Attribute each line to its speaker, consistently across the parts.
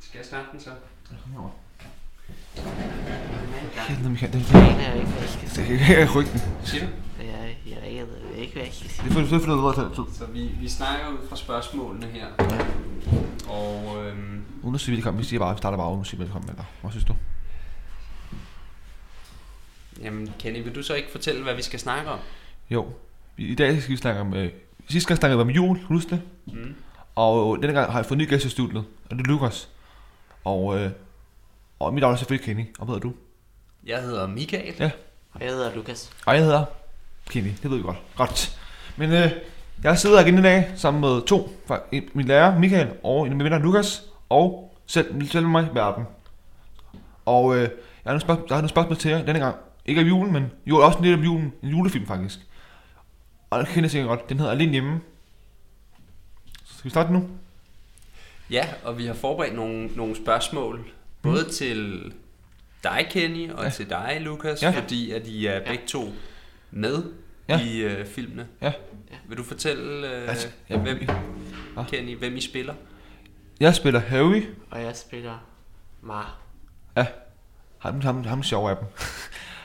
Speaker 1: Skal jeg starte den så?
Speaker 2: Jeg ved ikke, det er
Speaker 3: aner jo ikke, hvad jeg skal sige.
Speaker 2: det er ryggen.
Speaker 1: Siger du?
Speaker 3: Jeg, jeg aner jo ikke, hvad jeg skal sige.
Speaker 2: Det får du selv fundet ud af at tage tid.
Speaker 1: Så vi, vi snakker ud fra spørgsmålene her. Og øhm,
Speaker 2: Uden at sige velkommen, vi siger bare, vi starter bare uden at sige velkommen, eller hvad synes du?
Speaker 1: jamen, Kenny, vil du så ikke fortælle, hvad vi skal snakke om?
Speaker 2: Jo, i i dag skal vi snakke om, øh, sidste gang snakkede vi om jul, kan du huske det?
Speaker 1: Mm.
Speaker 2: Og øh, denne gang har jeg fået en ny gæst i studiet, og det er Lukas. Og, øh, og mit navn er selvfølgelig Kenny, og hvad hedder du?
Speaker 1: Jeg hedder Michael.
Speaker 2: Ja.
Speaker 3: Og jeg hedder Lukas.
Speaker 2: Og jeg hedder Kenny, det ved vi godt. Godt. Men øh, jeg sidder her igen i dag sammen med to, fra- en- min lærer Michael og en af mine venner Lukas, og selv, selv mig, Verden. Og øh, jeg har nogle spørgsmål, der er nogle spørgsmål til jer denne gang. Ikke om julen, men jo også lidt om julen, en julefilm faktisk. Og det kender jeg sikkert godt, den hedder Alene Hjemme. Skal vi starte nu?
Speaker 1: Ja, og vi har forberedt nogle, nogle spørgsmål, både til dig, Kenny, og
Speaker 2: Ja.
Speaker 1: Mm. ja. til dig, Lukas,
Speaker 2: Ja.
Speaker 1: ja. fordi at I er begge to med
Speaker 2: Ja.
Speaker 1: ja. i øh, filmene.
Speaker 2: Ja.
Speaker 1: Vil du fortælle, øh,
Speaker 2: Altså,
Speaker 1: ja. hvem,
Speaker 2: Hva?
Speaker 1: Kenny, hvem I spiller?
Speaker 2: Jeg spiller Harry,
Speaker 3: Og jeg spiller Mar.
Speaker 2: Ham, ham, ham er sjov af dem.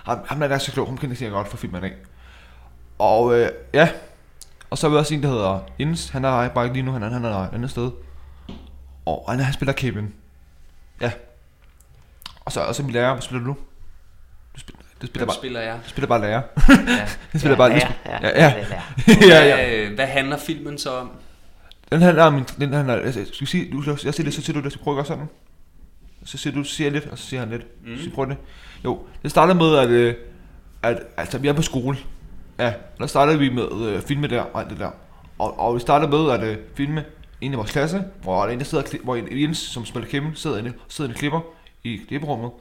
Speaker 2: ham, ham der, der er så klog, ham kender jeg godt fra filmen af. Og øh, ja, og så er vi også en, der hedder Jens. Han er bare ikke lige nu, han er, han er et andet sted. Og han, han spiller Kevin. Ja. Og så, og så min lærer, hvad spiller du? Du spiller, du spiller,
Speaker 1: Hvem
Speaker 2: bare,
Speaker 1: spiller jeg?
Speaker 2: du spiller bare lærer.
Speaker 1: Ja.
Speaker 2: Du spiller bare
Speaker 3: ja,
Speaker 2: lige-
Speaker 3: ja,
Speaker 2: ja,
Speaker 3: ja,
Speaker 2: ja.
Speaker 3: det er.
Speaker 2: ja, ja.
Speaker 1: Hvad, hvad handler filmen så om?
Speaker 2: Den handler om min... Den handler, altså, skal vi sige, du, jeg siger lidt, så siger du det, så prøver jeg gøre sådan. Så siger du, siger jeg lidt, og så siger han lidt. Mm.
Speaker 1: Mm.
Speaker 2: Så prøver det. Jo, det starter med, at, øh, at altså, vi er på skole. Ja, der starter vi med øh, filme der og alt det der. Og, og vi starter med at øh, filme en i vores klasse, hvor der er en, der sidder, og kli- hvor en, Jens, som spiller Kim, sidder inde, sidder inde og klipper i klipperummet.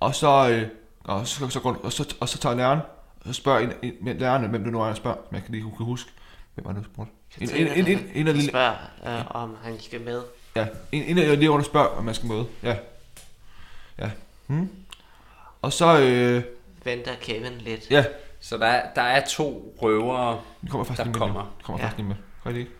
Speaker 2: Og så, øh, og så, så, går, og så, og så tager læreren, og så spørger en, en, men læreren, hvem det nu er, der spørger, men jeg kan lige kunne huske, hvem var det, der spurgte. En, en, en, en, en, af
Speaker 3: Jeg altså-
Speaker 2: lille,
Speaker 3: spørger, øh, om han skal med.
Speaker 2: Ja, en, en af eleverne spørger, om man skal møde. Ja. Ja. Hmm. Og så, øh,
Speaker 3: Venter Kevin lidt.
Speaker 2: ja,
Speaker 1: Så der, er- der er to røvere.
Speaker 2: vi kommer faktisk
Speaker 1: Der
Speaker 2: lige med. nu.
Speaker 1: kommer.
Speaker 2: Vi kommer
Speaker 3: Ja.
Speaker 2: faktisk lige med. Gør I det ikke?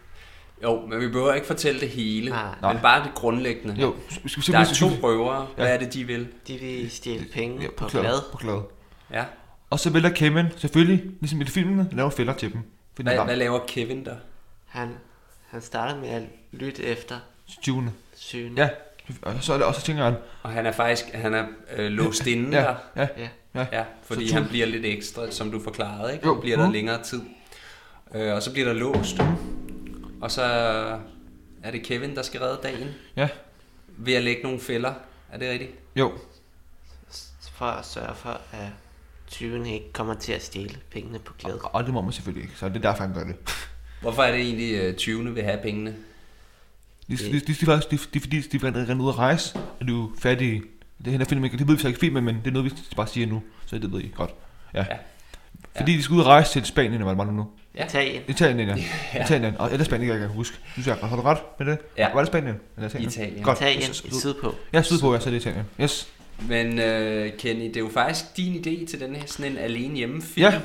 Speaker 1: Jo, men vi behøver ikke fortælle det hele,
Speaker 3: Nej.
Speaker 1: men bare det grundlæggende.
Speaker 2: Jo, skal vi
Speaker 1: Der
Speaker 2: simpelthen...
Speaker 1: er to røvere. Hvad er det, de vil?
Speaker 3: De vil stjæle penge
Speaker 2: ja,
Speaker 3: på glad.
Speaker 2: På glad.
Speaker 1: Ja.
Speaker 2: Og så vælger Kevin selvfølgelig, ligesom i filmen, laver fælder til dem. Fordi
Speaker 1: Hvad,
Speaker 2: han
Speaker 1: hvad
Speaker 2: er
Speaker 1: laver Kevin der?
Speaker 3: Han, han starter med at lytte efter
Speaker 2: tyvende.
Speaker 1: Mm.
Speaker 3: syne.
Speaker 2: Ja, og så, er det, og så tænker han,
Speaker 1: Og han er faktisk han er øh, låst inde
Speaker 2: ja,
Speaker 1: der.
Speaker 2: ja,
Speaker 3: ja.
Speaker 1: Ja, fordi
Speaker 2: Så tu-
Speaker 1: han bliver lidt ekstra, som du forklarede, ikke?
Speaker 2: Jo.
Speaker 1: Han bliver der
Speaker 2: Mhm.
Speaker 1: længere tid. Øh, og så bliver der låst. Og så er det Kevin, der skal redde dagen
Speaker 2: ja,
Speaker 1: ved at lægge nogle fælder. Er det rigtigt?
Speaker 2: jo,
Speaker 3: S- For at sørge for, at tyven ikke kommer til at stjæle pengene på glad.
Speaker 2: og, og det må man selvfølgelig ikke, så det er derfor, han gør det.
Speaker 1: Hvorfor er det egentlig, øh, 20'erne vil have pengene?
Speaker 2: De, de, de, de, de, de, de, fordi de rent rent ud at rejse, og de er jo fattige. Det her film, ikke- det ved vi så ikke i filmen, men det er noget, vi bare siger nu, så det ved I godt. Ja. ja.
Speaker 1: Ja.
Speaker 2: Fordi de skal ud og rejse til Spanien, eller hvad det var det nu?
Speaker 1: Ja.
Speaker 3: Italien.
Speaker 2: Italien, ja. ja. Italien, og eller Spanien, jeg kan huske. Synes jeg, har du ret med det?
Speaker 1: Ja.
Speaker 2: Var det Spanien? Eller Italien?
Speaker 1: Italien.
Speaker 2: Godt.
Speaker 3: Italien
Speaker 2: Så- så-
Speaker 3: sydpå.
Speaker 2: Ja, sydpå, ja, så er det Italien. Yes.
Speaker 1: Men øh, Kenny, det er jo faktisk din idé til den her sådan en alene hjemme film.
Speaker 2: Ja.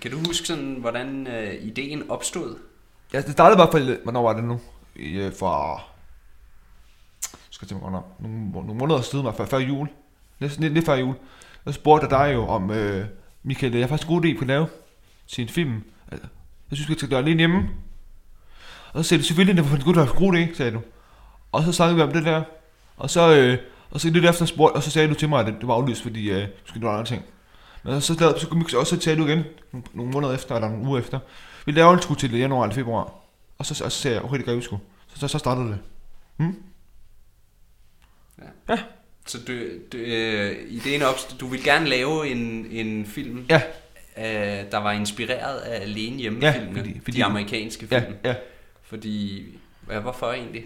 Speaker 1: Kan du huske sådan, hvordan øh, ideen opstod?
Speaker 2: Ja, det startede i hvert fald, hvornår var det nu? I, øh, for... Jeg skal tænke mig godt om. Nogle, må- nogle måneder siden, i hvert fald før jul. Næsten lidt, lidt før jul. Jeg spurgte jeg dig jo om, øh, Michael, jeg har faktisk en god idé, på at lave til en film. Altså, Jeg synes, vi skal gøre det alene hjemme. Og så sagde du selvfølgelig, det var en god, der god idé, sagde du. Og så snakkede vi om det der. Og så, øh, og så lidt efter spurgte, og så sagde du til mig, at det, det var aflyst, fordi øh, du skulle nogle andre ting. Men så, lavede, så, så, så, så sagde du igen, nogle- nogle måneder efter, eller nogle uger efter, vi laver en sgu til januar eller februar. Og så, og så sagde jeg, okay, det gør vi sgu. Så, så, så startede det.
Speaker 1: Så du, du, øh, ideen opstod, du ville gerne lave en, en film,
Speaker 2: Ja.
Speaker 1: øh, der var inspireret af alene hjemme
Speaker 2: Ja,
Speaker 1: filmene,
Speaker 2: fordi-
Speaker 1: fordi,
Speaker 2: fordi-
Speaker 1: de amerikanske
Speaker 2: Ja,
Speaker 1: film.
Speaker 2: ja.
Speaker 1: Fordi, ja, hvorfor egentlig?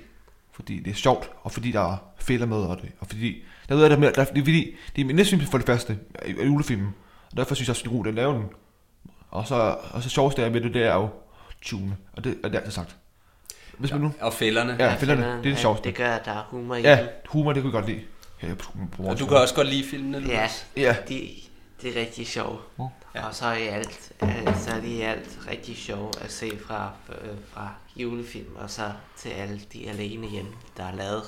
Speaker 2: Fordi det er sjovt, og fordi der er fælder med, og, det, og fordi... Der ved jeg, der, er mere- der, er- det er fordi, det er min næste film for det første, er er julefilmen. Og derfor synes jeg også, det er godt at lave den. Og så, og så sjoveste er ved det, det er jo tune. Og det er det altid sagt. Hvis man nu...
Speaker 1: Og fælderne.
Speaker 2: Ja,
Speaker 3: Jeg
Speaker 2: fælderne,
Speaker 3: finder,
Speaker 2: det er det
Speaker 3: at
Speaker 2: sjoveste.
Speaker 3: Det gør, at der er humor i
Speaker 2: Ja,
Speaker 3: dem.
Speaker 2: humor, det kan vi godt lide. Ja, jeg tror, på
Speaker 1: Og
Speaker 2: vores
Speaker 1: du kan også godt lide filmene,
Speaker 3: Ja,
Speaker 1: Lukas.
Speaker 2: Ja.
Speaker 3: de, det er rigtig sjovt.
Speaker 2: Nå.
Speaker 3: Ja. Og så er, i alt, øh, så er det i alt rigtig sjovt at se fra, øh, fra julefilm og så til alle de alene hjemme, der er lavet.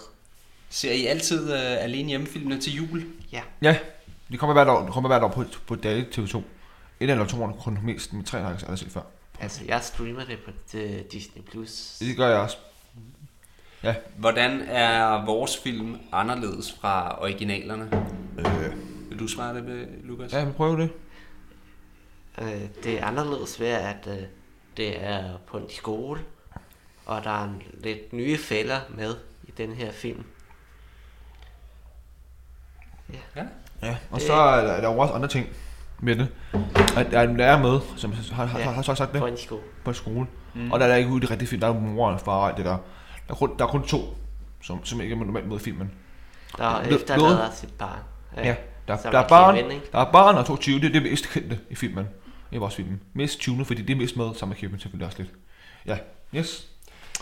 Speaker 1: Ser I altid øh, alene hjemmefilmene til jul?
Speaker 2: Ja, det kommer hvert år, det kommer hvert år på, på dage TV2. Et eller to år kun mest med tre, har jeg aldrig set før.
Speaker 3: Altså, jeg streamer det på øh, Disney+. Plus.
Speaker 2: Det gør jeg også.
Speaker 1: Hvordan er vores film anderledes fra originalerne?
Speaker 2: Øh,
Speaker 1: Vil du svare det, øh, Lukas?
Speaker 2: ja, vi prøver det.
Speaker 3: Øh, det er anderledes ved, at øh, det er på en skole, og der er en, lidt nye fælder med i den her film.
Speaker 2: Ja. Og så er der, er der jo også andre ting med det. At der er en lærer med, som har, har, har, har så sagt det,
Speaker 3: På en skole.
Speaker 2: på en skole. Mm. Og der er der ikke ude i det rigtige film. Der er jo mor og far og alt det der. Der er kun, der er kun to, som, som ikke er normalt med i filmen.
Speaker 3: Der
Speaker 2: Nå-
Speaker 3: efterlader
Speaker 2: noget?
Speaker 3: sit barn.
Speaker 2: Ja, der,
Speaker 3: som
Speaker 2: der, er
Speaker 3: Kim
Speaker 2: barn,
Speaker 3: Wending.
Speaker 2: der er barn og to 20, det er det mest kendte i filmen. I vores film. Mest 20, fordi det er mest med sammen med Kevin selvfølgelig også lidt. Ja, yes.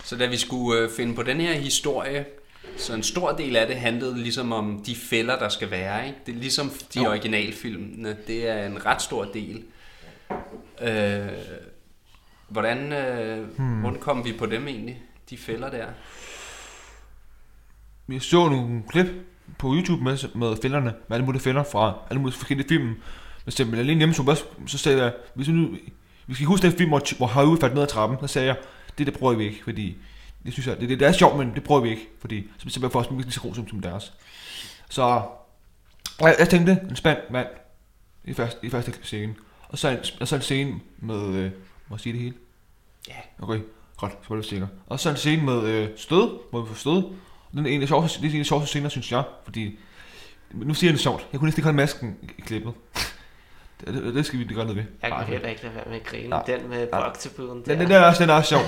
Speaker 1: Så da vi skulle øh, finde på den her historie, så en stor del af det handlede ligesom om de fælder, der skal være. Ikke? Det er ligesom de
Speaker 2: Jo.
Speaker 1: originalfilmene. Det er en ret stor del. Øh, hvordan, øh, hmm. hvordan kom vi på dem egentlig? De fælder der.
Speaker 2: Vi så nogle klip på YouTube med, med fælderne, med alle mulige fælder fra alle mulige forskellige film. Men simpelthen alene hjemme, så, også, så sagde jeg, hvis vi, nu, hvis I husker den film, hvor, Ch- hvor Harry faldt ned ad trappen, så sagde jeg, det der prøver vi ikke, fordi det synes jeg, det, det, det er sjovt, men det prøver vi ikke, fordi så simpelthen for os, vi er ikke lige så god som, som deres. Så jeg, jeg tænkte, en spand mand i første, i første scene, og så en, og så en scene med, øh, må jeg sige det hele?
Speaker 1: Ja.
Speaker 2: Okay, godt, så var det sikker. Og så en scene med øh, stød, hvor vi får stød. Den er en af de sjoveste, det er en af de sjoveste scener, synes jeg, fordi... Nu siger jeg det sjovt. Jeg kunne næsten ikke holde masken i klippet. det, det, det, skal vi gøre noget ved.
Speaker 3: Jeg
Speaker 2: Ej,
Speaker 3: kan heller ikke lade være med at grine.
Speaker 2: Nej.
Speaker 3: Den med
Speaker 2: Nej.
Speaker 3: boksebuden
Speaker 2: den,
Speaker 3: der.
Speaker 2: den, der er også, den er også sjov.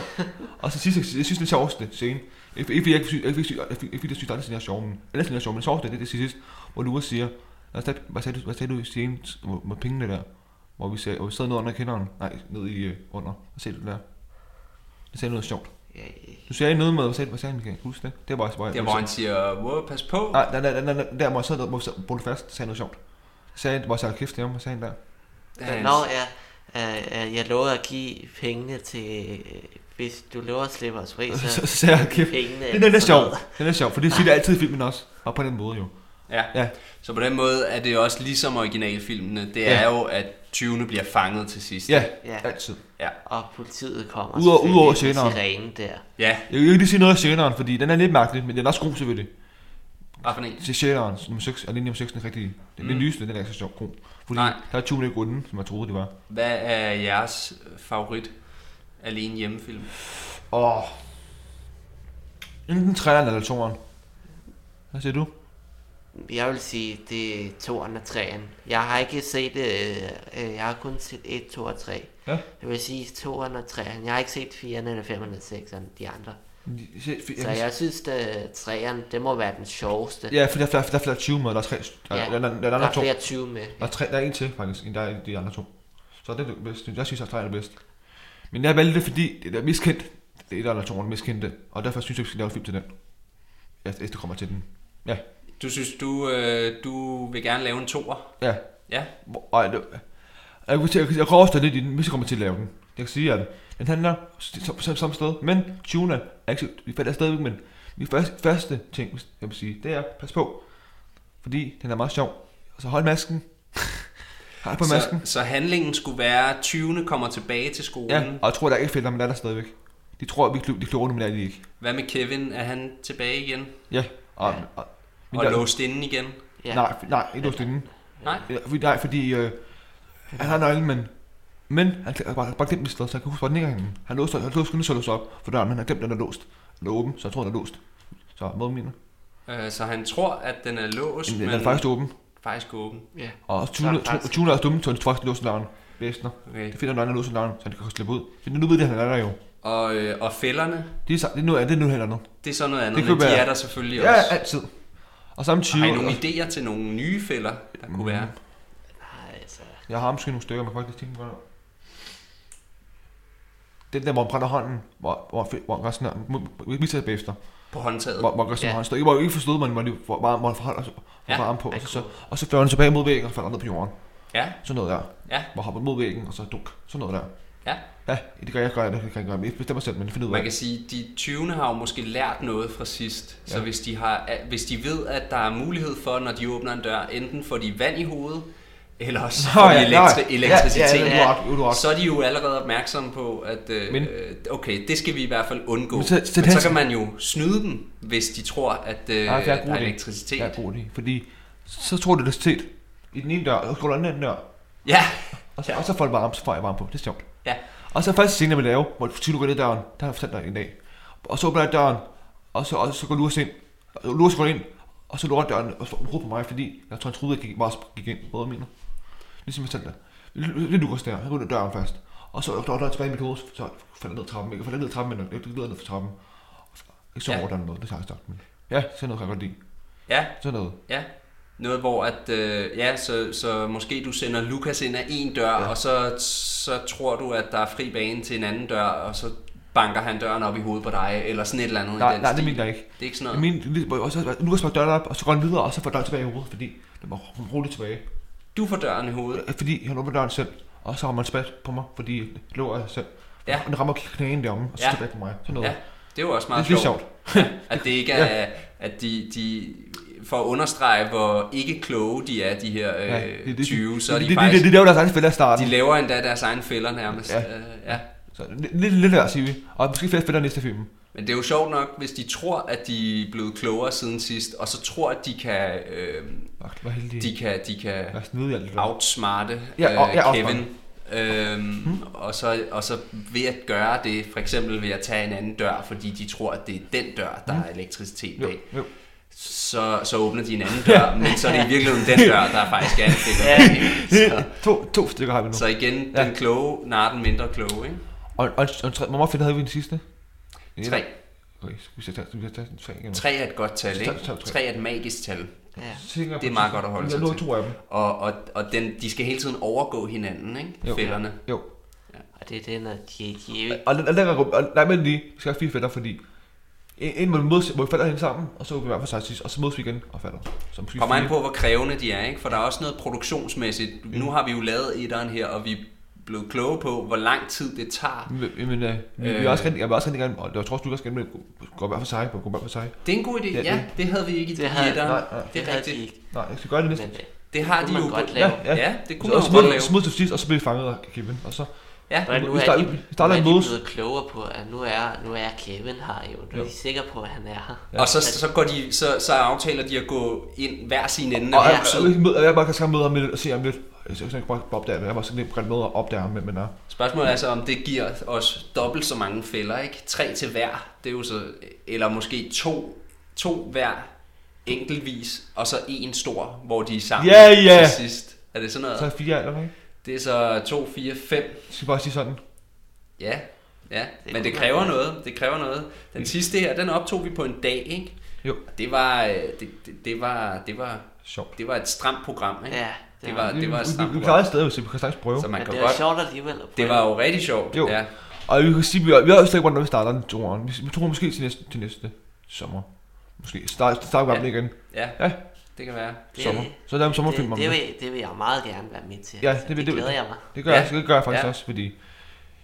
Speaker 2: og så sidste, jeg synes, det er den sjoveste scene. Ikke ikke fordi jeg ikke synes, jeg ikke synes, jeg ikke fordi jeg synes, at den er sjov, men ellers den er sjov, men det sjoveste, det er det til sidst, hvor Lukas siger, hvad sagde, du- hvad sagde du, hvad sagde du i scenen med, med pengene der? Hvor vi, sagde, hvor vi sad ned under kenderen. Nej, ned i øh, under. Hvad sagde du der? Det sagde noget sjovt.
Speaker 3: Ja,
Speaker 2: Du sagde noget med, hvad sagde, hvad sagde han, kan jeg huske det? Det var også, hvor jeg...
Speaker 1: Der hvor han siger, wow, pas på.
Speaker 2: Nej, der, der, der, der, der, hvor jeg sad, der, hvor jeg brugte fast, sagde noget sjovt. Sagde, hvor jeg sagde kæft til ham, hvad sagde han der?
Speaker 1: Hans-
Speaker 3: Nå, ja, øh, øh, jeg lover at give pengene til... øh, Hvis du lover at slippe os fri,
Speaker 2: Så,
Speaker 3: så
Speaker 2: så sagde han
Speaker 3: giv
Speaker 2: kæft.
Speaker 3: pengene.
Speaker 2: Det er, den er
Speaker 3: eller
Speaker 2: sjov.
Speaker 3: sådan noget.
Speaker 2: Den er sjov, for det siger det altid i filmen også. Og på den måde jo.
Speaker 1: Ja.
Speaker 2: Ja.
Speaker 1: ja. Så på den måde er det også ligesom originalfilmene. Det
Speaker 2: Ja.
Speaker 1: er jo, at 20'erne bliver fanget til sidst.
Speaker 2: Ja,
Speaker 3: Ja,
Speaker 2: altid.
Speaker 3: og politiet kommer
Speaker 2: Udover-
Speaker 3: selvfølgelig
Speaker 2: udover
Speaker 3: med
Speaker 2: generen.
Speaker 3: sirenen der.
Speaker 1: Ja,
Speaker 2: Jeg vil ikke lige sige noget af sjæleren, fordi den er lidt mærkelig, men den er også god selvfølgelig.
Speaker 1: hvad for en?
Speaker 2: Til sjæleren, nummer 6, alene nummer 6, den er rigtig, den, mm. den
Speaker 1: Mm.
Speaker 2: nyeste, den er ikke så sjov god. Fordi
Speaker 1: Nej.
Speaker 2: der er 20 minutter i grunden, som jeg troede, det var.
Speaker 1: Hvad er jeres øh, favorit alene hjemmefilm?
Speaker 2: Åh. Enten træerne eller toren. Hvad siger du?
Speaker 3: Jeg vil sige, det er 2'eren og 3'eren. Jeg har ikke set, øh, øh, jeg har kun set 1, 2 og 3.
Speaker 2: Ja.
Speaker 3: Jeg vil sige 2'eren og 3'eren. Jeg har ikke set 4'eren eller 5'eren eller 6'eren, de andre. Så jeg synes, at 3'eren, det må være den sjoveste.
Speaker 2: Ja, for der er, flere- der er flere 20 med, der er tre, der,
Speaker 3: Ja.
Speaker 2: ja. der, der, der, der,
Speaker 3: Der
Speaker 2: der,
Speaker 3: er
Speaker 2: er to.
Speaker 3: flere 20 med.
Speaker 2: Der er, tre, der er en til, faktisk, end der er de andre to. Så det er det bedste. Jeg synes, at tre er det bedste. Men jeg valgte det, fordi det er mest kendt. Det er et eller to, der er mest kendte. Og derfor synes jeg, vi skal lave en film til den. Ja, Efter det kommer til den. Ja,
Speaker 1: Du synes, du, øh, du vil gerne lave en toer?
Speaker 2: ja.
Speaker 1: Ja.
Speaker 2: Hvor- Ej, det, jeg, kunne, jeg, jeg kan også lidt i den, hvis jeg kommer til at lave den. Jeg kan sige, at den handler samme, samme, samme sted, men Tuna er ikke så- vi falder stadigvæk, men min første, første ting, hvis jeg vil sige, det er, pas på, fordi den er meget sjov. Og så hold masken. Hold på masken.
Speaker 1: Så, så handlingen skulle være, at 20'erne kommer tilbage til skolen.
Speaker 2: Ja, og jeg tror, der er ikke fælder, men der er der stadigvæk. De tror, vi de kloge, men det er de ikke.
Speaker 1: Hvad med Kevin? Er han tilbage igen?
Speaker 2: Ja, og,
Speaker 3: Ja.
Speaker 2: og, men
Speaker 1: Og
Speaker 2: der,
Speaker 1: låst inden igen?
Speaker 3: Ja.
Speaker 2: Nej, f- nej, ikke låst inden.
Speaker 1: Nej.
Speaker 2: Ja, Fordi, nej, fordi øh, han har nøglen, men, men han har bare, bare glemt et sted, så jeg kan huske, hvor den ikke er henne. Han låste, han låste, så låste op for døren, men han har glemt, at den er låst. Den er åben, så jeg tror, den er låst. Så hvad mener du?
Speaker 1: Øh, så han tror, at den er låst,
Speaker 2: Den,
Speaker 1: men
Speaker 2: den er faktisk åben.
Speaker 1: faktisk åben.
Speaker 3: Ja.
Speaker 2: Og
Speaker 3: er den faktisk-
Speaker 2: Tuna er dumme, så de tror faktisk, de låser døren. Væsner.
Speaker 1: Okay.
Speaker 2: De finder nøglen og låser døren, så de kan slippe ud. Men nu ved de, at han er der jo.
Speaker 1: Og, øh, og fælderne,
Speaker 2: Det er, så- det er nu, det er nu heller nu.
Speaker 1: det er så noget andet,
Speaker 2: Det
Speaker 1: det
Speaker 2: kunne
Speaker 1: men de
Speaker 2: være-
Speaker 1: er der selvfølgelig
Speaker 2: Ja,
Speaker 1: også.
Speaker 2: altid. Og samme 20...
Speaker 1: Har I nogle idéer til nogle nye fælder, der
Speaker 2: Mm.
Speaker 1: kunne være?
Speaker 3: Nej, altså.
Speaker 2: Jeg har måske nogle stykker, man kan faktisk tænke godt om. Den der, hvor han brænder hånden, hvor, hvor, hvor han gør sådan her, må- må- vi tager bagefter,
Speaker 1: På håndtaget?
Speaker 2: hvor, hvor han gør sådan
Speaker 3: Ja.
Speaker 2: her, han står ikke, hvor ikke forstod man, hvor han lige- hvor hvor- hvor han forholder sig, hvor
Speaker 1: Ja,
Speaker 2: ja, armen på,
Speaker 3: man
Speaker 2: og så, så,
Speaker 3: kunne-
Speaker 2: og så fører han tilbage mod væggen og falder ned på jorden.
Speaker 1: Ja,
Speaker 2: Sådan noget der.
Speaker 1: Ja.
Speaker 2: Hvor han hopper mod væggen, og så duk. Sådan noget der.
Speaker 1: Ja.
Speaker 2: Ja, det gør jeg, gør jeg, det kan jeg gøre. Jeg bestemmer selv, men jeg finder ud af
Speaker 1: Man
Speaker 2: det.
Speaker 1: kan sige, at de 20 har jo måske lært noget fra sidst. Ja. Så
Speaker 2: Ja.
Speaker 1: hvis de, har, at- hvis de ved, at der er mulighed for, når de åbner en dør, enten får de vand i hovedet, eller også får de
Speaker 2: ja,
Speaker 1: elektri-
Speaker 2: nej.
Speaker 1: elektricitet. Øh,
Speaker 2: Ja, ja, ja, du har ret, du har ret.
Speaker 1: Så er de jo allerede opmærksomme på, at øh,
Speaker 2: Men-
Speaker 1: øh, okay, det skal vi i hvert fald undgå. Men
Speaker 2: Men
Speaker 1: så,
Speaker 2: så-
Speaker 1: så,
Speaker 2: så
Speaker 1: Men
Speaker 2: det-
Speaker 1: så kan man jo snyde dem, hvis de tror, at øh,
Speaker 2: Nej, det er
Speaker 1: der
Speaker 2: en god
Speaker 1: er
Speaker 2: idé.
Speaker 1: elektricitet.
Speaker 2: Det er en god idé, fordi så tror du det er set i den ene dør, og så går du i den anden dør,
Speaker 1: Ja,
Speaker 2: og så,
Speaker 1: Ja.
Speaker 2: ja. og så får du varme, så får jeg varme på. Det er sjovt.
Speaker 1: ja.
Speaker 2: Og så første scene, jeg vil lave, hvor du tydeligt går ned ad døren, der har jeg fortalt dig en dag. Og så åbner jeg døren, og så, og så går Lukas ind, og Lukas går ind, og så lukker døren og så råber på mig, fordi jeg tror, han troede, at jeg gik, bare gik ind. Hvad jeg mener? Ligesom jeg fortalte dig. Det er Lukas der, han går ned ad døren først. Og så går døren tilbage i mit hoved, så falder jeg ned ad trappen. Jeg falder ned ad trappen, men jeg glider ned fra trappen. Ikke så
Speaker 1: Ja.
Speaker 2: ja. over døren noget, det tager jeg stort. Men ja, sådan noget kan jeg godt lide.
Speaker 1: ja.
Speaker 2: Sådan noget.
Speaker 1: Ja, noget hvor at, øh, ja, så, så måske du sender Lukas ind ad en dør, ja. og så, så tror du, at der er fri bane til en anden dør, og så banker han døren op i hovedet på dig, eller sådan et eller andet i
Speaker 2: Nej,
Speaker 1: den
Speaker 2: nej,
Speaker 1: stil.
Speaker 2: det mener jeg ikke.
Speaker 1: Det er ikke sådan
Speaker 2: Jeg
Speaker 1: noget.
Speaker 2: mente, lige- og så, Lukas var døren op, og så går han videre, og så får døren tilbage i hovedet, fordi den var roligt tilbage.
Speaker 1: Du får døren i hovedet.
Speaker 2: Øh, fordi han åbner døren selv, og så har man spat på mig, fordi jeg lå af selv.
Speaker 1: Ja.
Speaker 2: Ja. Og den rammer knæen deromme, og så
Speaker 1: Ja.
Speaker 2: ja. tilbage på mig. Sådan noget.
Speaker 1: Ja,
Speaker 2: Ja.
Speaker 1: det er jo også
Speaker 2: Øh, Det
Speaker 1: meget
Speaker 2: er lige sjovt.
Speaker 1: At det ikke er, ja. at de, de for at understrege, hvor ikke kloge de er, de her øh,
Speaker 2: Ja, det- det-
Speaker 1: 20, så er
Speaker 2: de,
Speaker 1: de,
Speaker 2: de,
Speaker 1: faktisk,
Speaker 2: de, de, laver deres egen fælde af starten.
Speaker 1: de laver endda deres egne fælder nærmest.
Speaker 2: Ja.
Speaker 1: Øh, ja.
Speaker 2: Så lidt- lidt lidt der, siger vi. Og måske flere fælder i næste film.
Speaker 1: Men det er jo sjovt nok, hvis de tror, at de er blevet klogere siden sidst, og så tror, at de kan, øh,
Speaker 2: Fuck, hvor heldig.
Speaker 1: de kan, de kan
Speaker 2: Lad os nyde alt det. der.
Speaker 1: outsmarte
Speaker 2: Ja, og-
Speaker 1: øh,
Speaker 2: ja,
Speaker 1: Kevin. Øhm, og, så, og så ved at gøre det, for eksempel ved at tage en anden dør, fordi de tror, at det er den dør, der er elektricitet
Speaker 2: Mm. Jo,
Speaker 1: bag,
Speaker 2: jo.
Speaker 1: så, så åbner de en anden dør, men så er det i virkeligheden den dør, der faktisk er en fælder. så,
Speaker 2: To, to stykker har vi nu.
Speaker 1: så igen,
Speaker 2: Ja.
Speaker 1: den kloge, nej, den mindre kloge, ikke?
Speaker 2: Og, og, og, tre, hvor mange fælder havde vi den sidste? En
Speaker 1: Tre.
Speaker 2: Okay, skal vi så tage, skal vi så tage tre igen?
Speaker 1: Tre er et godt tal, ikke?
Speaker 2: Så- så- så-
Speaker 1: Tre er et magisk tal.
Speaker 3: Ja.
Speaker 2: Sikker
Speaker 1: Det er
Speaker 2: på-
Speaker 1: meget godt at holde sig
Speaker 2: Jeg lå
Speaker 1: til.
Speaker 2: to af dem.
Speaker 1: Og, og, og den, de skal hele tiden overgå hinanden, ikke?
Speaker 2: Jo.
Speaker 1: Fælderne.
Speaker 2: Jo.
Speaker 3: Og det er det, når de, de er jo ikke
Speaker 2: Og, og, længere, og nej, men lige, vi skal have fire fætter, fordi en, en må vi mødes, hvor vi falder hende sammen, og så går vi hver for sig til sidst, og så mødes vi igen og falder. Så måske
Speaker 1: Kommer an
Speaker 2: fire-
Speaker 1: på, hvor krævende de er, ikke? For der er også noget produktionsmæssigt. Nu har vi jo lavet etteren her, og vi er blevet kloge på, hvor lang tid det tager.
Speaker 2: Men, men øh, vi, øh. vi
Speaker 1: Øh.
Speaker 2: er også rigtig, jeg vil også rigtig gerne, og jeg tror også, du også gerne vil gå- gå hver for sig, gå hver for sig.
Speaker 1: Det er en god idé.
Speaker 2: Ja,
Speaker 1: Ja, det havde vi ikke i
Speaker 3: Det havde-
Speaker 1: etteren.
Speaker 2: nej, nej.
Speaker 1: Det er
Speaker 3: havde de
Speaker 1: rigtigt.
Speaker 3: ikke.
Speaker 2: Nej, jeg skal gøre det næste.
Speaker 3: Men, øh,
Speaker 1: Det har
Speaker 3: Det
Speaker 1: de
Speaker 3: kunne
Speaker 1: jo.
Speaker 3: man godt
Speaker 1: på-
Speaker 3: lave.
Speaker 2: Ja, ja.
Speaker 1: Ja, det kunne man
Speaker 2: så, og
Speaker 1: jo
Speaker 2: så
Speaker 1: godt
Speaker 2: mødes,
Speaker 1: lave.
Speaker 2: mødes til sidst, og så bliver vi fanget af Kevin, og så
Speaker 1: Ja,
Speaker 3: og nu
Speaker 2: vi
Speaker 3: er
Speaker 2: starter-
Speaker 3: de,
Speaker 2: vi starter
Speaker 3: nu er
Speaker 2: med mødes.
Speaker 3: de blevet klogere på, at nu er, nu er Kevin her jo. Nu er de sikre på, at han er her.
Speaker 1: og så, så, går de, så, så aftaler de at gå ind hver sin ende
Speaker 2: og
Speaker 1: af
Speaker 2: jeg, jeg,
Speaker 1: huset.
Speaker 2: jeg, jeg, jeg bare kan skal møde ham lidt og se ham lidt. Jeg skal ikke bare opdage det, jeg bare skal nemt rent med og opdage ham, men er.
Speaker 1: Spørgsmålet er så, om det giver os dobbelt så mange fælder, ikke? Tre til hver, det er jo så, eller måske to, to hver enkeltvis, og så en stor, hvor de er sammen
Speaker 2: Ja, ja.
Speaker 1: til sidst. Er det sådan noget?
Speaker 2: Så er fire eller ikke?
Speaker 1: Det er så 2, 4, 5.
Speaker 2: Jeg skal bare sige sådan.
Speaker 1: Ja, ja.
Speaker 3: Det
Speaker 1: Men det
Speaker 3: kunne
Speaker 1: kræver
Speaker 3: godt
Speaker 1: noget. Det kræver noget. Den sidste her, den optog vi på en dag, ikke?
Speaker 2: Jo,
Speaker 1: Og Det var, øh, det, det, det var, det var,
Speaker 2: sjovt.
Speaker 1: det var et stramt program, ikke?
Speaker 3: Ja,
Speaker 1: det var, det var et
Speaker 2: Vi- vi-
Speaker 1: stramt
Speaker 2: Vi klarede
Speaker 1: program.
Speaker 2: et sted, hvis vi kan straks prøve.
Speaker 1: Så man
Speaker 3: Men
Speaker 1: kan
Speaker 3: det var
Speaker 1: godt...
Speaker 3: sjovt alligevel at prøve.
Speaker 1: Det var jo rigtig sjovt.
Speaker 2: Jo.
Speaker 1: Ja.
Speaker 2: Og vi kan sige, vi har, vi har jo slet ikke rundt, når vi starter den toeren. Vi, vi tror måske til næste, til næste sommer. Måske start, start
Speaker 1: Ja.
Speaker 2: ja. igen.
Speaker 1: ja,
Speaker 2: Ja,
Speaker 1: det kan være.
Speaker 3: Det-
Speaker 2: sommer. Så laver vi en sommerfilm
Speaker 3: det,
Speaker 2: om det.
Speaker 3: det, vil, det vil jeg meget gerne være med til.
Speaker 2: Ja,
Speaker 3: Altså,
Speaker 2: det vil-
Speaker 3: det,
Speaker 2: det vil-
Speaker 3: glæder jeg mig.
Speaker 2: Det gør,
Speaker 1: Ja.
Speaker 2: ja. jeg, det gør jeg faktisk
Speaker 1: Ja.
Speaker 2: ja. også, fordi...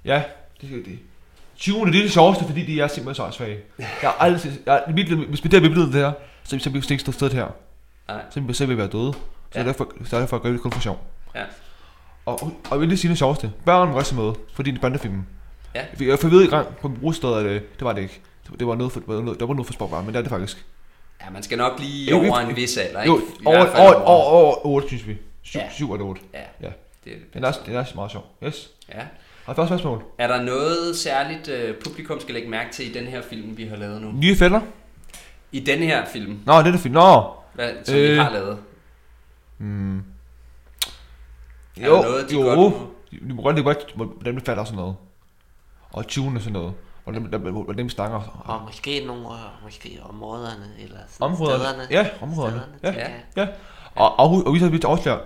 Speaker 2: Ja, det gør det. 20'erne, det er det sjoveste, fordi de er simpelthen så svage. Jeg har aldrig set- jeg, i mit, liv- hvis vi der bliver det her, så, så vil vi ikke stå stedet her.
Speaker 1: Nej.
Speaker 2: Så vil vi så vil vi være døde. Så
Speaker 1: Ja.
Speaker 2: ja. derfor, så derfor gør vi det kun for sjov.
Speaker 1: Ja.
Speaker 2: Og, og jeg vil lige sige det sjoveste. Børn var også med, fordi det er børnefilmen.
Speaker 1: Ja.
Speaker 2: Vi- Jeg forvede ikke gang på brugsstedet, at øh, det var det ikke. Det det var noget for, det var noget, der var noget for sportbar, men det er det faktisk.
Speaker 1: Ja, man skal nok lige
Speaker 2: Jo, vi-
Speaker 1: over en vis alder, ikke?
Speaker 2: Jo,
Speaker 1: I
Speaker 2: over,
Speaker 1: hvert fald
Speaker 2: over, over, over 8, synes vi. 7,
Speaker 1: Ja.
Speaker 2: ja. 7 eller 8.
Speaker 1: Ja,
Speaker 2: Ja.
Speaker 1: det er det
Speaker 2: Den er,
Speaker 1: bedste.
Speaker 2: den er meget sjov. Yes.
Speaker 1: Ja.
Speaker 2: Og første spørgsmål.
Speaker 1: Er der noget særligt, øh, publikum skal lægge mærke til i den her film, vi har lavet nu?
Speaker 2: Nye fælder?
Speaker 1: I den her film,
Speaker 2: Nå, det er fint. Nå.
Speaker 1: hvad, som øh, vi
Speaker 2: Øh,
Speaker 1: har lavet.
Speaker 2: Mm.
Speaker 1: Er jo, der noget, de jo. godt må...
Speaker 2: Vi må godt lægge mærke til, hvordan det falder og sådan noget. Og tunen og sådan noget. Og dem, dem, hvordan dem stanger. Og,
Speaker 3: Og måske nogle øh, måske områderne, eller sådan
Speaker 2: områderne.
Speaker 3: stederne.
Speaker 2: Ja, områderne.
Speaker 3: Stederne,
Speaker 2: Ja,
Speaker 3: tænker
Speaker 1: ja.
Speaker 3: jeg.
Speaker 2: ja. Og, og, og, og vi så vi til afslør.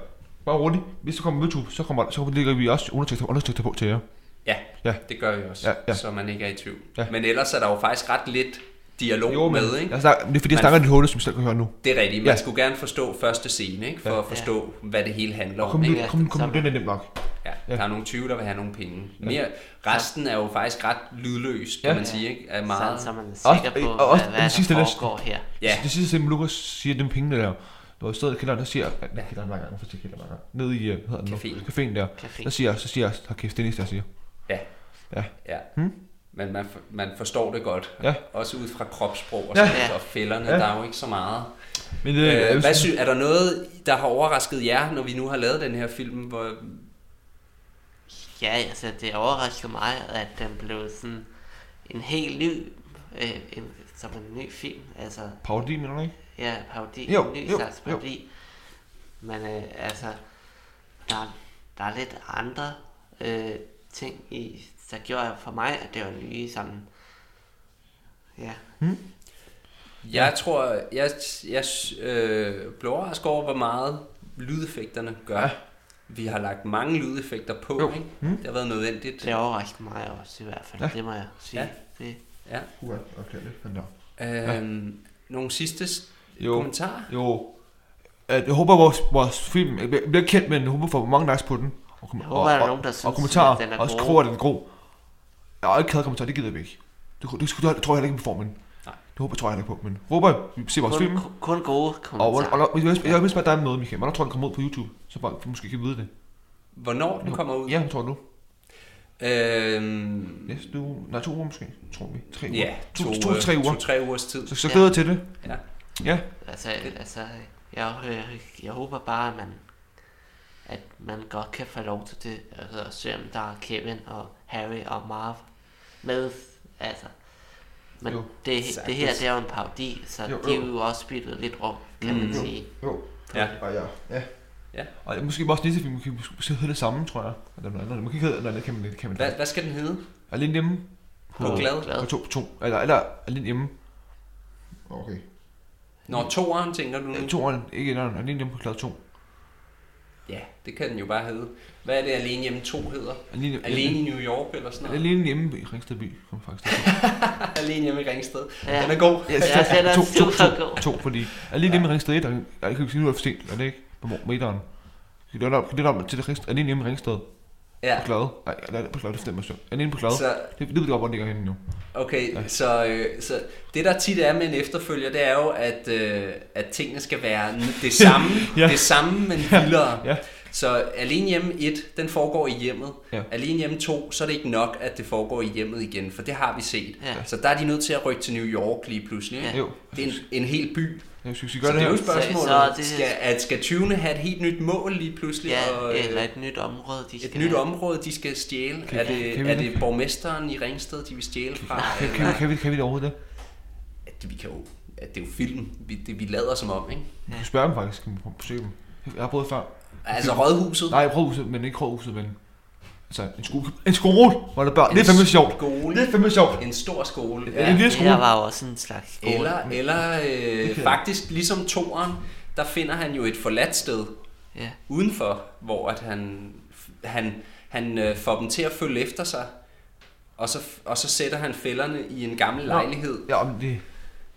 Speaker 2: Bare roligt. Hvis der kommer YouTube, så, kommer, så ligger vi også undertekster, undertekster på til jer.
Speaker 1: Ja, ja,
Speaker 2: Ja.
Speaker 1: det gør vi også, ja,
Speaker 2: Ja,
Speaker 1: ja.
Speaker 2: ja.
Speaker 1: så man ikke er i tvivl. Ja.
Speaker 2: Ja.
Speaker 1: Men ellers er der jo faktisk ret lidt dialog jo,
Speaker 2: men,
Speaker 1: med, ikke?
Speaker 2: Jeg snakker, det er fordi, jeg
Speaker 1: Man-
Speaker 2: snakker i dit hoved, som I selv kan høre nu.
Speaker 1: Det er rigtigt, man ja.
Speaker 2: Ja.
Speaker 1: skulle gerne forstå første scene, ikke? For ja.
Speaker 2: Ja.
Speaker 1: at forstå, ja. hvad det hele handler
Speaker 2: Kom
Speaker 1: om,
Speaker 2: nu,
Speaker 1: ikke?
Speaker 3: Ja,
Speaker 2: kom, kom,
Speaker 3: sammen.
Speaker 2: den er nemt nok.
Speaker 1: Ja. Ja. Der er nogle 20, der vil have nogle penge. Mere, resten er jo faktisk ret lydløs, kan
Speaker 2: Ja.
Speaker 1: man sige. Ikke? Er
Speaker 3: Sådan,
Speaker 1: meget,
Speaker 3: så man er sikker på,
Speaker 2: og også
Speaker 3: hvad,
Speaker 2: den
Speaker 3: hvad
Speaker 2: sidste
Speaker 3: der
Speaker 2: liste.
Speaker 3: foregår her.
Speaker 1: ja,
Speaker 2: Ja. Det sidste simpelthen, Lukas siger, at dem penge, der når jeg stod i kælderen, der siger, at ja. kælderen mange gange, hvorfor siger jeg kælderen mange gange? Nede i, øh, hvad hedder den nu?
Speaker 1: Caféen.
Speaker 2: Caféen der.
Speaker 3: Caféen.
Speaker 2: Der siger, så siger jeg, har kæft, det er næste, jeg siger.
Speaker 1: ja,
Speaker 2: Ja.
Speaker 1: ja. Hmm? Men man, for- man forstår det godt.
Speaker 2: Ja.
Speaker 1: Også ud fra kropssprog og,
Speaker 2: Ja.
Speaker 1: sådan, ja. og fælderne,
Speaker 2: Ja.
Speaker 1: ja. der er jo ikke så meget.
Speaker 2: Men det,
Speaker 1: Øh, hvad sy- er der noget, der har overrasket jer, når vi nu har lavet den her film? Hvor,
Speaker 3: Ja, altså det overraskede mig, at den blev sådan en helt ny, øh, en, som en ny film. Altså,
Speaker 2: Paudi, mener du ikke?
Speaker 3: ja, parodi,
Speaker 2: Jo,
Speaker 3: en ny
Speaker 2: jo,
Speaker 3: slags
Speaker 2: jo.
Speaker 3: parodi. Men øh, altså, der, der er lidt andre øh, ting i, der gjorde for mig, at det var nye sådan, ja,
Speaker 1: jeg tror, jeg, jeg øh, blev overrasket over, hvor meget lydeffekterne gør.
Speaker 2: Ja.
Speaker 1: Ja. Vi har lagt mange lydeffekter på,
Speaker 2: Jo. Hmm?
Speaker 1: jo. ikke? Mm. Det har været nødvendigt.
Speaker 3: det overraskede mig også i hvert fald,
Speaker 2: Ja.
Speaker 3: ja. det må jeg sige.
Speaker 1: Ja.
Speaker 3: Ja. Det,
Speaker 1: Ja.
Speaker 2: Uha, okay, det fandt jeg.
Speaker 1: Øhm, Nogle sidste s-
Speaker 2: Jo.
Speaker 1: kommentarer?
Speaker 2: Jo. At jeg håber, vores, vores film jeg bliver- bliver kendt, men jeg håber, får mange likes på den. Og, kom-
Speaker 3: Jeg håber, der er nogen, der synes,
Speaker 2: og kommentarer,
Speaker 3: at den er
Speaker 2: og også
Speaker 3: god.
Speaker 2: skruer, at den er god. Jeg har ikke kædet kommentarer, det gider vi ikke. Det, det, det, det tror jeg heller ikke, vi får, men
Speaker 1: Nej.
Speaker 2: det håber jeg, tror jeg heller ikke på. Men håber, vi ser vores film.
Speaker 3: kun, kun, kun gode
Speaker 2: Og, og,
Speaker 3: kommentarer.
Speaker 2: og, og jeg vil- jeg vil spørge dig om noget, Michael. Hvornår tror du, den kommer ud på YouTube? Så folk måske kan vide det.
Speaker 1: Hvornår den kommer ud?
Speaker 2: Ja, jeg tror du.
Speaker 1: Øhm,
Speaker 2: Næste uge. Nej, to uger måske, tror vi. Tre uger.
Speaker 1: ja,
Speaker 2: to, to, to, tre uger.
Speaker 1: To-tre ugers tid.
Speaker 2: Så, så
Speaker 3: Ja.
Speaker 2: glæder jeg til det.
Speaker 1: Ja.
Speaker 2: Ja.
Speaker 3: Altså, altså jeg, jeg, jeg håber bare, at man, at man godt kan få lov til det. Altså, at se om der er Kevin og Harry og Marv med. Altså. Men
Speaker 2: Jo.
Speaker 3: jo, det, det her,
Speaker 1: Sagtens.
Speaker 3: det er jo en parodi, så
Speaker 2: Jo,
Speaker 3: jo,
Speaker 2: jo.
Speaker 3: jo. de er jo også byttet lidt rum, kan mm.
Speaker 1: Mm.
Speaker 3: man sige.
Speaker 2: Jo.
Speaker 1: Ja.
Speaker 2: Og Ah, ja. Ja.
Speaker 1: Ja.
Speaker 2: Og måske også næste film, måske, måske hedder det samme, tror jeg. Eller noget andet. Måske ikke hedder noget andet, kan man, det kan man
Speaker 1: Hvad, hvad skal den hedde?
Speaker 2: Alene hjemme.
Speaker 1: På glad.
Speaker 2: Og to, to. Eller, eller alene hjemme. Okay.
Speaker 1: Når toeren, tænker du nu?
Speaker 2: To år, Øh, ikke eller alene hjemme på glad to.
Speaker 1: Ja, det kan den jo bare hedde. Hvad er det, Alene Hjemme 2 hedder?
Speaker 2: Alene,
Speaker 1: Alene i New York eller sådan noget?
Speaker 2: Alene hjemme i Ringsted by, kommer faktisk. til.
Speaker 1: Alene hjemme i Ringsted.
Speaker 3: Ja.
Speaker 1: Den er god.
Speaker 2: Ja,
Speaker 3: Jeg
Speaker 2: så-
Speaker 3: sætter
Speaker 2: to,
Speaker 3: en
Speaker 2: to,
Speaker 3: super
Speaker 2: to,
Speaker 3: god.
Speaker 2: to, fordi alene hjemme i Ringsted 1, og jeg kan ikke sige, nu er det for sent, er det ikke? På meteren. Kan du lave- kan du lave om til det Ringsted, alene hjemme i Ringsted?
Speaker 1: Ja,
Speaker 2: På Glade. Nej, eller på Glade, det stemmer selv. Alene på Glade.
Speaker 1: så,
Speaker 2: Det, det ved jeg godt, hvor den ligger henne nu.
Speaker 1: okay, så, øh, så det der tit er med en efterfølger, det er jo, at, øh, at tingene skal være n- det samme,
Speaker 2: Ja.
Speaker 1: ja. det samme, men vildere.
Speaker 2: Ja.
Speaker 1: Så Alene Hjemme 1, den foregår i hjemmet.
Speaker 2: Ja.
Speaker 1: Alene Hjemme 2, så er det ikke nok, at det foregår i hjemmet igen, for det har vi set.
Speaker 3: Ja.
Speaker 1: Så der er de nødt til at rykke til New York lige pludselig. ikke?
Speaker 3: Ja.
Speaker 2: Jo.
Speaker 1: Det er en, en hel by.
Speaker 2: Jeg synes, vi
Speaker 1: Så
Speaker 2: gør
Speaker 1: det
Speaker 2: det
Speaker 1: er jo
Speaker 2: her.
Speaker 1: et spørgsmål,
Speaker 3: Så- så er
Speaker 1: så,
Speaker 3: det-
Speaker 1: det... skal, at skal tyvene have et helt nyt mål lige pludselig? og,
Speaker 3: Ja,
Speaker 1: øh,
Speaker 3: eller et nyt område, de skal
Speaker 1: Et nyt
Speaker 3: have.
Speaker 1: område, de skal stjæle.
Speaker 2: Kan-
Speaker 1: er,
Speaker 2: kan
Speaker 1: det,
Speaker 2: vi
Speaker 1: er
Speaker 2: det?
Speaker 1: det borgmesteren i Ringsted, de vil stjæle fra?
Speaker 2: Kan, kan, vi- kan, vi, kan vi det overhovedet det?
Speaker 1: At vi kan jo, at det er jo film, vi, det, vi lader som om, ikke?
Speaker 2: Vi kan spørge dem faktisk, kan vi prøve at besøge dem? Jeg har prøvet før.
Speaker 1: Altså rådhuset.
Speaker 2: Nej, jeg prøvede huset, men ikke rådhuset, men... Altså, en, sko en skole, hvor der er børn. Det er fandme sjovt.
Speaker 1: Skole.
Speaker 2: Det er fandme sjovt.
Speaker 1: En stor skole.
Speaker 2: Ja. En
Speaker 1: Ja.
Speaker 2: lille
Speaker 3: Det
Speaker 2: skole.
Speaker 3: her var jo også en slags skole.
Speaker 1: Eller, eller øh,
Speaker 2: kan-
Speaker 1: faktisk ligesom toeren, der finder han jo et forladt sted
Speaker 3: Ja.
Speaker 1: udenfor, hvor at han, han, han øh, får dem til at følge efter sig. Og så, og så sætter han fælderne i en gammel
Speaker 2: Nå.
Speaker 1: lejlighed.
Speaker 2: Ja, men det,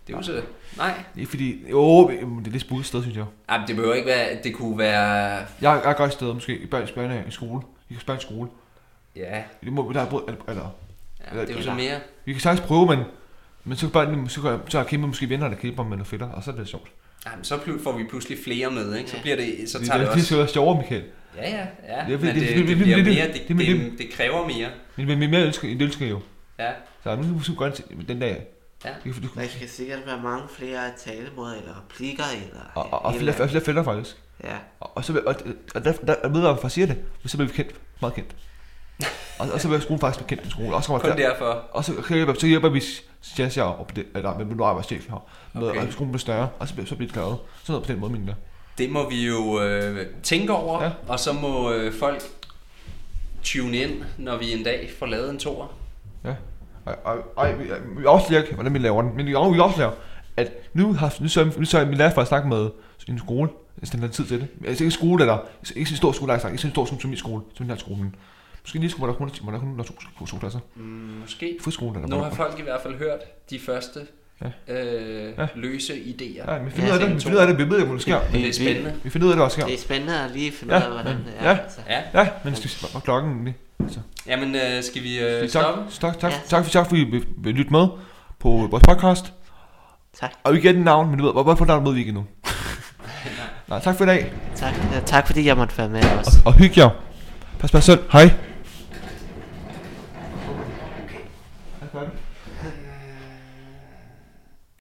Speaker 1: Det er jo så... Nej.
Speaker 2: det er fordi... Jo, men det er lidt spurgt sted, synes jeg.
Speaker 1: Ej, men det behøver ikke være... Det kunne være...
Speaker 2: Jeg er- jeg er godt sted, måske i børns børne i skole. I kan spørge en skole.
Speaker 1: Ja,
Speaker 2: Det må vi der er brød, eller, eller,
Speaker 1: ja det er jo så mere...
Speaker 2: vi kan sagtens prøve, men, men så kan børnene, så kan, så har kæmpe måske venner, der kæmper med noget fætter, og så er det sjovt.
Speaker 1: Ej, men så pl- får vi pludselig flere med, ikke? Så bliver det... Så
Speaker 2: Det,
Speaker 1: tager det
Speaker 2: det, det
Speaker 1: også...
Speaker 2: skal være sjovere, Michael.
Speaker 1: Ja, ja, ja.
Speaker 2: Det er-
Speaker 1: Men
Speaker 2: det- det-
Speaker 1: det,
Speaker 2: det-
Speaker 1: det bliver
Speaker 2: det- det-
Speaker 1: mere... Det,
Speaker 2: det- det-
Speaker 1: det, det kræver mere.
Speaker 2: Men, men, men mere ønsker, det ønsker jeg jo.
Speaker 1: Ja,
Speaker 2: Så nu skal vi gøre det til- den dag.
Speaker 1: ja.
Speaker 2: Det kan, du,
Speaker 3: Der skal sikkert være mange flere talemåder, eller replikker, eller...
Speaker 2: og, og, og
Speaker 3: eller-
Speaker 2: flere, flere fælder faktisk.
Speaker 3: Ja.
Speaker 2: Og, og, så, vil- og, og der, der, der ved jeg, hvorfor jeg siger det, men så bliver vi kendt. Meget kendt. Og, og så bliver skolen faktisk bekendt i skolen. Og så kommer
Speaker 1: Kun
Speaker 2: der,
Speaker 1: derfor.
Speaker 2: og så, kan jeg, så hjælper vi Jasja op det, eller men nu er jeg chef her. Med,
Speaker 1: Okay.
Speaker 2: Og skolen bliver større, og så bliver, så bliver det klaret. Sådan noget på den måde, mener jeg.
Speaker 1: Det må vi jo øh, tænke over,
Speaker 2: Ja.
Speaker 1: ja. og så må øh, folk tune ind, når vi en dag får lavet en toer.
Speaker 2: Ja. Ej, ej, ej, vi, vi afslører ikke, hvordan vi laver den, men vi, vi afslører, at nu har nu så, nu så min lærer for at snakke med en skole, hvis den har tid til det. Altså ikke en skole, eller ikke sådan en stor skole, der er sagt, ikke sådan en stor skole som min skole, som den her skole. men Måske en lille skole, hvor der kun hvor der kun er to, to, to, to, to, to, to, to, to, to,
Speaker 1: Mm, Måske.
Speaker 2: friskole, eller
Speaker 1: Nu
Speaker 2: hvor
Speaker 1: har
Speaker 2: der-
Speaker 1: folk i hvert fald hørt de første øh,
Speaker 2: Ja.
Speaker 1: løse idéer.
Speaker 2: Ja, vi
Speaker 3: Ja,
Speaker 2: finder ud af det,
Speaker 1: sådan
Speaker 2: vi
Speaker 1: to.
Speaker 2: finder ud af det, vi ved ikke, hvor det sker.
Speaker 1: Men det er spændende.
Speaker 2: Vi finder ud af det, hvad der sker.
Speaker 3: Det er spændende at lige finde ud
Speaker 2: Ja,
Speaker 3: af, hvordan
Speaker 2: men-
Speaker 3: det
Speaker 2: ja.
Speaker 3: er. Altså.
Speaker 1: Ja,
Speaker 2: Ja, men skal, hvor er klokken lige?
Speaker 1: jamen øh, skal vi øh,
Speaker 2: tak,
Speaker 1: stoppe?
Speaker 2: tak, tak,
Speaker 3: Ja.
Speaker 2: tak, for- tak, fordi I vil- vil lytte med på vores podcast.
Speaker 3: Tak.
Speaker 2: Og vi gætter navn, men du ved, hvor- hvorfor navn ved vi ikke endnu. Nej, tak for i dag,
Speaker 3: Tak, ja, tak fordi jeg måtte være med også.
Speaker 2: og, og hyg jer. Pas på jer selv. Hej.